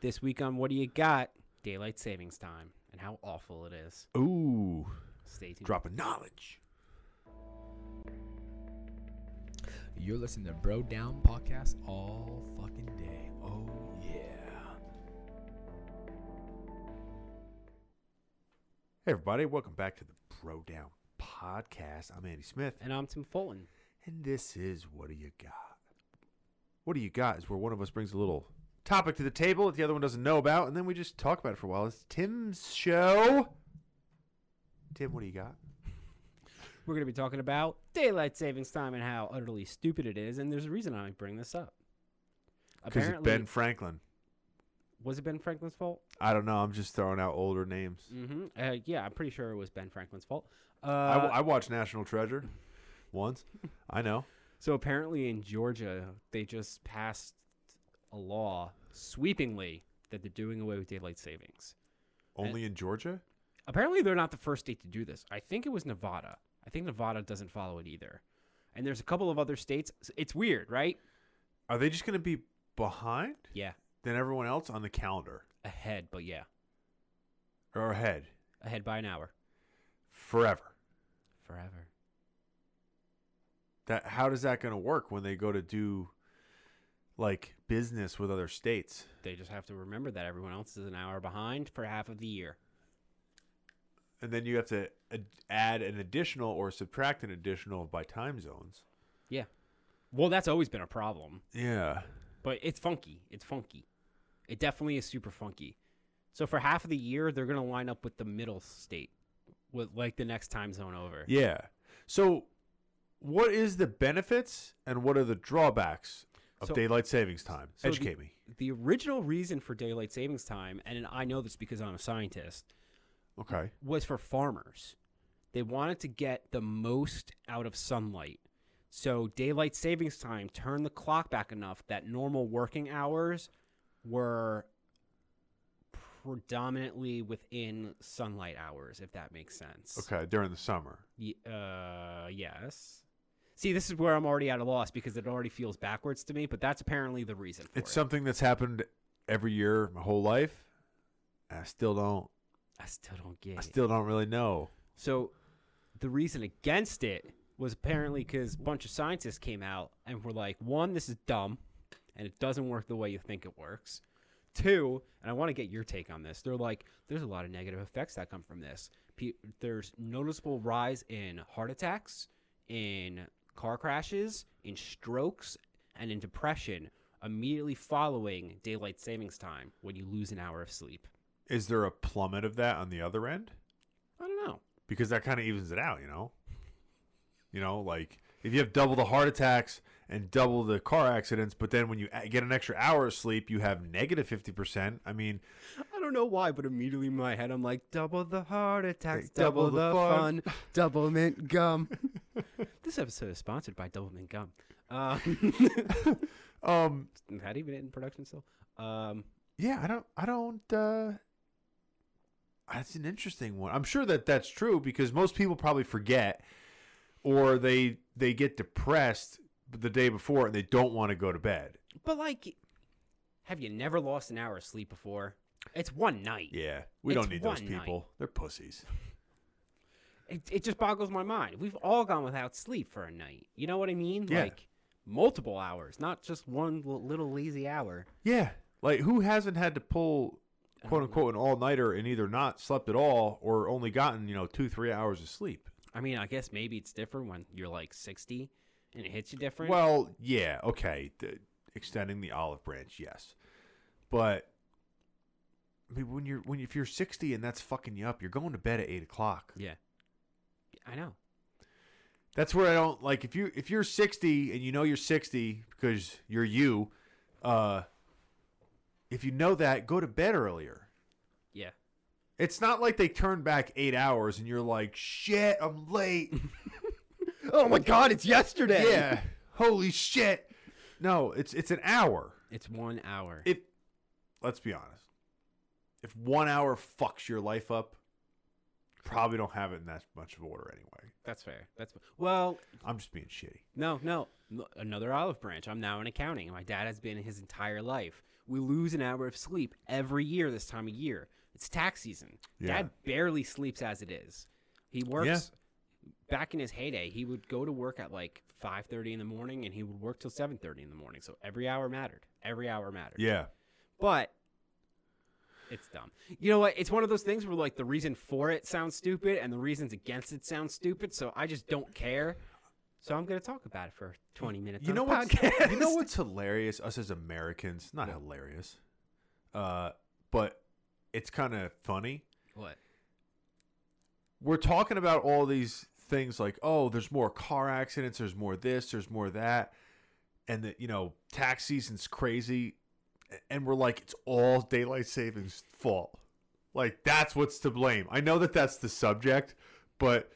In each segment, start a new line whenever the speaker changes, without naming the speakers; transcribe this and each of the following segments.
This week on What Do You Got? Daylight Savings Time and how awful it is.
Ooh,
Stay tuned.
drop of knowledge.
You're listening to Bro Down Podcast all fucking day. Oh, yeah.
Hey, everybody, welcome back to the Bro Down Podcast. I'm Andy Smith,
And I'm Tim Fulton.
and this is What Do You Got? What Do You Got is where one of us brings a little topic to the table that the other one doesn't know about, and then we just talk about it for a while. It's Tim's show. Tim, what do you got?
We're going to be talking about daylight savings time and how utterly stupid it is. And there's a reason I bring this up.
Because it's
Apparently,
Ben Franklin.
was it Ben Franklin's fault?
I don't know. I'm just throwing out older names.
hmm Uh, yeah, I'm pretty sure it was Ben Franklin's fault. Uh,
I, I watched National Treasure once. I know.
So apparently in Georgia, they just passed a law sweepingly that they're doing away with daylight savings.
Only in Georgia?
Apparently, they're not the first state to do this. I think it was Nevada. I think Nevada doesn't follow it either. And there's a couple of other states. It's weird, right?
Are they just going to be behind
Yeah.
than everyone else on the calendar
Ahead, but yeah.
or ahead
Ahead by an hour.
forever?
Forever.
That how does that going to work when they go to do like business with other states?
They just have to remember that everyone else is an hour behind for half of the year.
And then you have to ad- add an additional or subtract an additional by time zones.
Yeah. Well, that's always been a problem.
Yeah.
But it's funky. It's funky. It definitely is super funky. So for half of the year, they're gonna line up with the middle state, with like the next time zone over.
Yeah. So what is the benefits and what are the drawbacks of
So-
daylight savings time?
So
Educate
the,
me.
The original reason for daylight savings time, and I know this because I'm a scientist,
Okay.
was for farmers. They wanted to get the most out of sunlight. So daylight savings time turned the clock back enough that normal working hours were predominantly within sunlight hours, if that makes sense.
Okay, during the summer.
Ye- uh, yes. See, this is where I'm already at a loss because it already feels backwards to me, but that's apparently the reason for
It's
it.
something that's happened every year my whole life. and I still don't
I still don't get
I
it.
still don't really know.
So the reason against it was apparently because a bunch of scientists came out and were like, one, this is dumb and it doesn't work the way you think it works. Two, and I want to get your take on this. They're like, there's a lot of negative effects that come from this. Pe- there's noticeable rise in heart attacks, in car crashes, in strokes, and in depression immediately following daylight savings time when you lose an hour of sleep.
Is there a plummet of that on the other end?
I don't know.
Because that kind of evens it out, you know? You know, like if you have double the heart attacks and double the car accidents, but then when you a- get an extra hour of sleep, you have negative 50%. I mean,
I don't know why, but immediately in my head, I'm like, double the heart attacks,
Like, double
double,
the
the,
fun."
fun, double mint gum. this episode is sponsored by Double Mint Gum. Uh,
um
is that even in production still? Um,
yeah, I don't I don't uh that's an interesting one. I'm sure that that's true because most people probably forget or they they get depressed the day before and they don't want to go to bed.
but like, have you never lost an hour of sleep before? It's one night.
Yeah, we
It's
don't need those
one night.
people. They're pussies.
It, it just boggles my mind. We've all gone without sleep for a night. You know what I mean?
Yeah.
Like multiple hours, not just one l- little lazy hour.
Yeah, like who hasn't had to pull quote unquote an all nighter and either not slept at all or only gotten you know two three hours of sleep.
I mean, I guess maybe it's different when you're like 60 and it hits you different.
Well, yeah, okay, the, extending the olive branch, yes, but I mean when you're when if you're sixty and that's fucking you up, you're going to bed at eight o'clock.
Yeah. I know.
That's where I don't like if you if you're 60 and you know you're 60 because you're you uh if you know that go to bed earlier.
Yeah.
It's not like they turn back 8 hours and you're like shit, I'm late. oh my god,
it's yesterday.
yeah. Holy shit. No, it's it's an hour.
It's one hour.
If let's be honest. If 1 hour fucks your life up, probably don't have it in that much of order anyway.
That's fair. That's well,
I'm just being shitty.
no, no, no, another olive branch. I'm now in accounting. My dad has been his entire life. We lose an hour of sleep every year this time of year. It's tax season.
Yeah.
Dad barely sleeps as it is. He works back in his heyday, he would go to work at like 5:30 in the morning and he would work till 7:30 in the morning. So every hour mattered. Every hour mattered.
Yeah.
But it's dumb. You know what? It's one of those things where like the reason for it sounds stupid and the reasons against it sound stupid, so I just don't care. So I'm going to talk about it for 20 minutes.
You
on
know
the
what?
podcast.
You know what's hilarious? Us as Americans, not hilarious, uh, but it's kind of funny.
What?
We're talking about all these things like, oh, there's more car accidents, there's more this, there's more that, and that you know, tax season's crazy, a- and we're like, it's all daylight savings fault. Like that's what's to blame. I know that that's the subject, but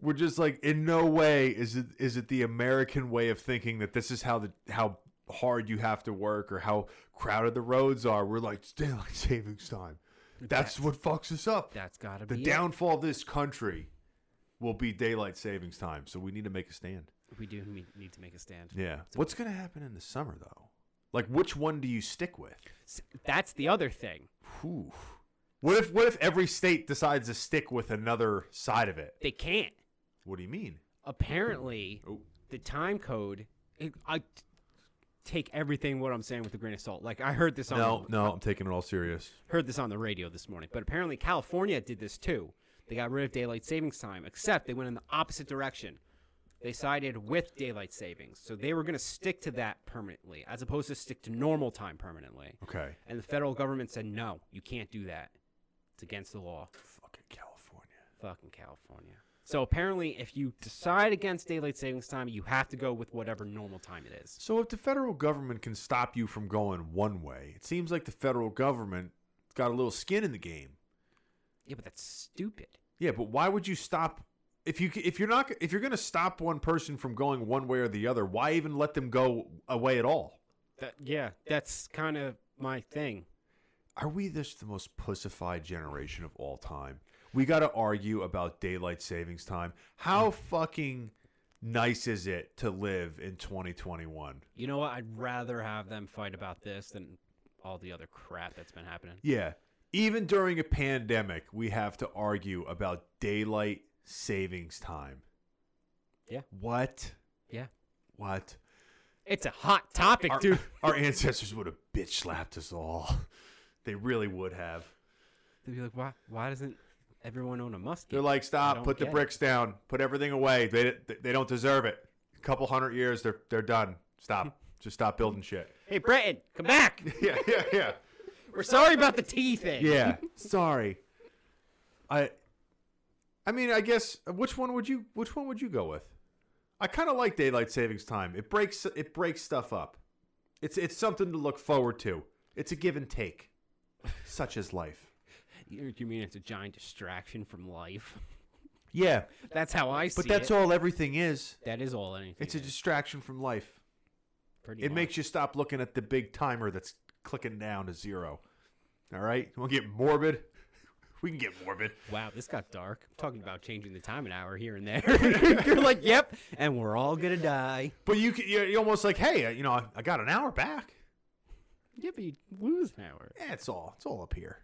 we're just like in no way is it is it the American way of thinking that this is how the how hard you have to work or how crowded the roads are. We're like it's daylight savings time. That's what fucks us up.
That's got to
The
be it.
downfall of this country will be daylight savings time. So we need to make a stand.
We do need need to make a stand.
Yeah. What's gonna happen in the summer though? Like which one do you stick with?
S- That's the other thing.
Whew. What if what if every state decides to stick with another side of it?
They can't.
What do you mean?
Apparently,
Oh.
the time code it, i t- take everything what i'm saying with a grain of salt like i heard this on
No,
the,
no, I'm taking it all serious.
heard this on the radio this morning but apparently california did this too they got rid of daylight savings time except they went in the opposite direction they sided with daylight savings so they were going to stick to that permanently as opposed to stick to normal time permanently
Okay.
and the federal government said no you can't do that it's against the law
Fucking California.
fucking california so apparently if you decide against daylight savings time you have to go with whatever normal time it is
So if the federal government can stop you from going one way, it seems like the federal government got a little skin in the game.
Yeah, but that's stupid.
Yeah, but why would you stop if you if you're not if you're going to stop one person from going one way or the other, why even let them go away at all?
That yeah, that's kind of my thing.
Are we this the most pussified generation of all time? We got to argue about daylight savings time. How fucking nice is it to live in 2021?
You know what? I'd rather have them fight about this than all the other crap that's been happening.
Yeah. Even during a pandemic, we have to argue about daylight savings time.
Yeah.
What?
Yeah.
What?
It's a hot topic,
Our,
dude.
our ancestors would have bitch slapped us all. They really would have.
They'd be like, why? Why doesn't everyone own a musket?
They're like,
I don't
stop, put the
get it."
bricks down, put everything away. They, they don't deserve it. A couple hundred years, they're, they're done. Stop. Just stop building shit.
hey, Breton, come back.
Yeah, yeah, yeah.
We're sorry about the tea thing.
Yeah. Sorry. I I mean, I guess which one would you which one would you go with? I kind of like daylight savings time. It breaks it breaks stuff up. It's it's something to look forward to. It's a give and take. Such is life.
You, you mean it's a giant distraction from life?
Yeah,
That's how I see
but that's
it.
all everything is.
That is all anything.
It's a
is,
distraction from life.
pretty
It
much.
makes you stop looking at the big timer that's clicking down to zero. All right? We'll get morbid. We can get morbid.
Wow, this got dark. I'm talking about changing the time an hour here and there. You're like, yep, and we're all gonna die.
But you can, you're you're almost like, hey, uh, you know, I, I got an hour back.
Yeah, but you lose an hour.
Yeah, it's all it's all up here.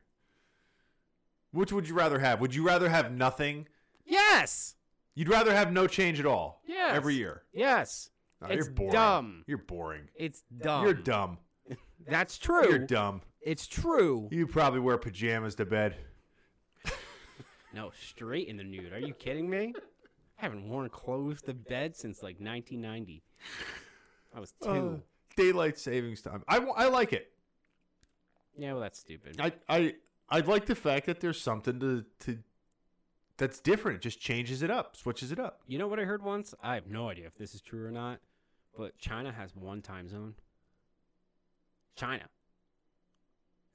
Which would you rather have? Would you rather have nothing?
Yes.
You'd rather have no change at all.
Yes.
Every year.
Yes.
No,
it's
you're boring.
dumb.
You're boring.
It's dumb.
you're dumb.
That's true.
You're dumb.
It's true.
You probably wear pajamas to bed.
No, straight in the nude. Are you kidding me? I haven't worn clothes to bed since like 1990. I was two.
Uh, daylight savings time. I, wa- I like it.
yeah, well, that's stupid.
I I I like the fact that there's something to to that's different. It just changes it up, switches it up.
you know what I heard once? I have no idea if this is true or not, but China has one time zone. China.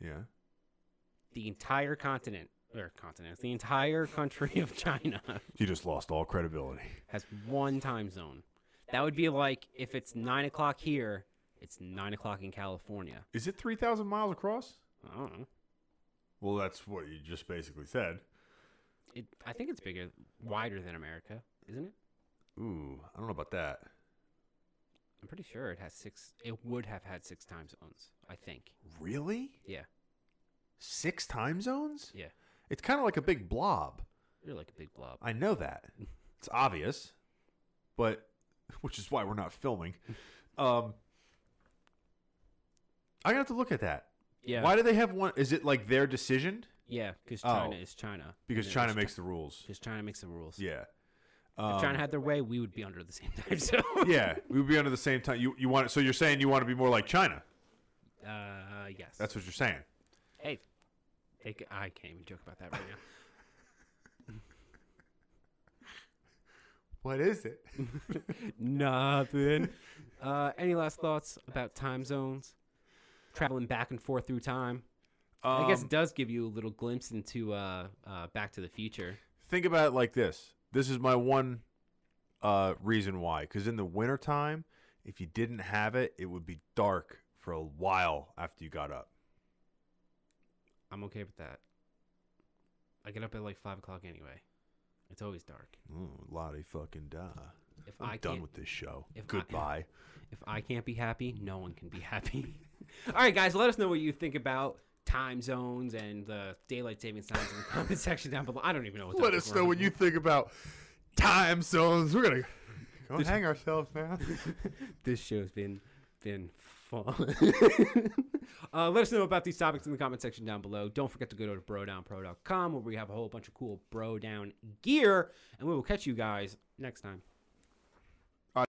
Yeah.
the entire continent or continents, the entire country of China
You just lost all credibility.
has one time zone. That would be like if it's nine o'clock here, it's nine o'clock in California.
Is it 3,000 miles across?
I don't know.
Well, that's what you just basically said.
It, I think it's bigger, wider than America, isn't it?
Ooh, I don't know about that.
I'm pretty sure it has six. It would have had six time zones. I think.
Really?
Yeah.
Six time zones?
Yeah.
It's kind of like a big blob.
You're like a big blob.
I know that. It's obvious, but which is why we're not filming. Um, I have to look at that.
Yeah.
Why do they have one? Is it like their decision?
Yeah, because
Oh.
China is China.
Because China makes the rules.
Because China makes the rules.
Yeah.
If
Um,
China had their way, we would be under the same time zone.
yeah, we would be under the same time. You you want so you're saying you want to be more like China?
Uh, yes.
That's what you're saying.
hey. They, ca- I can't even joke about that right now.
What is it?
Nothing. Uh, any last thoughts about time zones? Traveling back and forth through time.
Um,
I guess it does give you a little glimpse into uh, uh, Back to the Future.
think about it like this. This is my one uh, reason why. Because in the wintertime, if you didn't have it, it would be dark for a while after you got up.
I'm okay with that. I get up at like five o'clock anyway. It's always dark.
Ooh, Lottie fucking da.
If
I'm
I
done
can't-
with this show.
if I-
Goodbye.
If I can't be happy, no one can be happy. All right, guys, let us know what you think about time zones and the daylight savings times in the comment section down below. I don't even know what. topic we're on.
think about time zones. We're gonna go hang ourselves now.
this show's been been fun. uh, let us know about these topics in the comment section down below. Don't forget to go to brodownpro.com where we have a whole bunch of cool bro down gear, and we will catch you guys next time.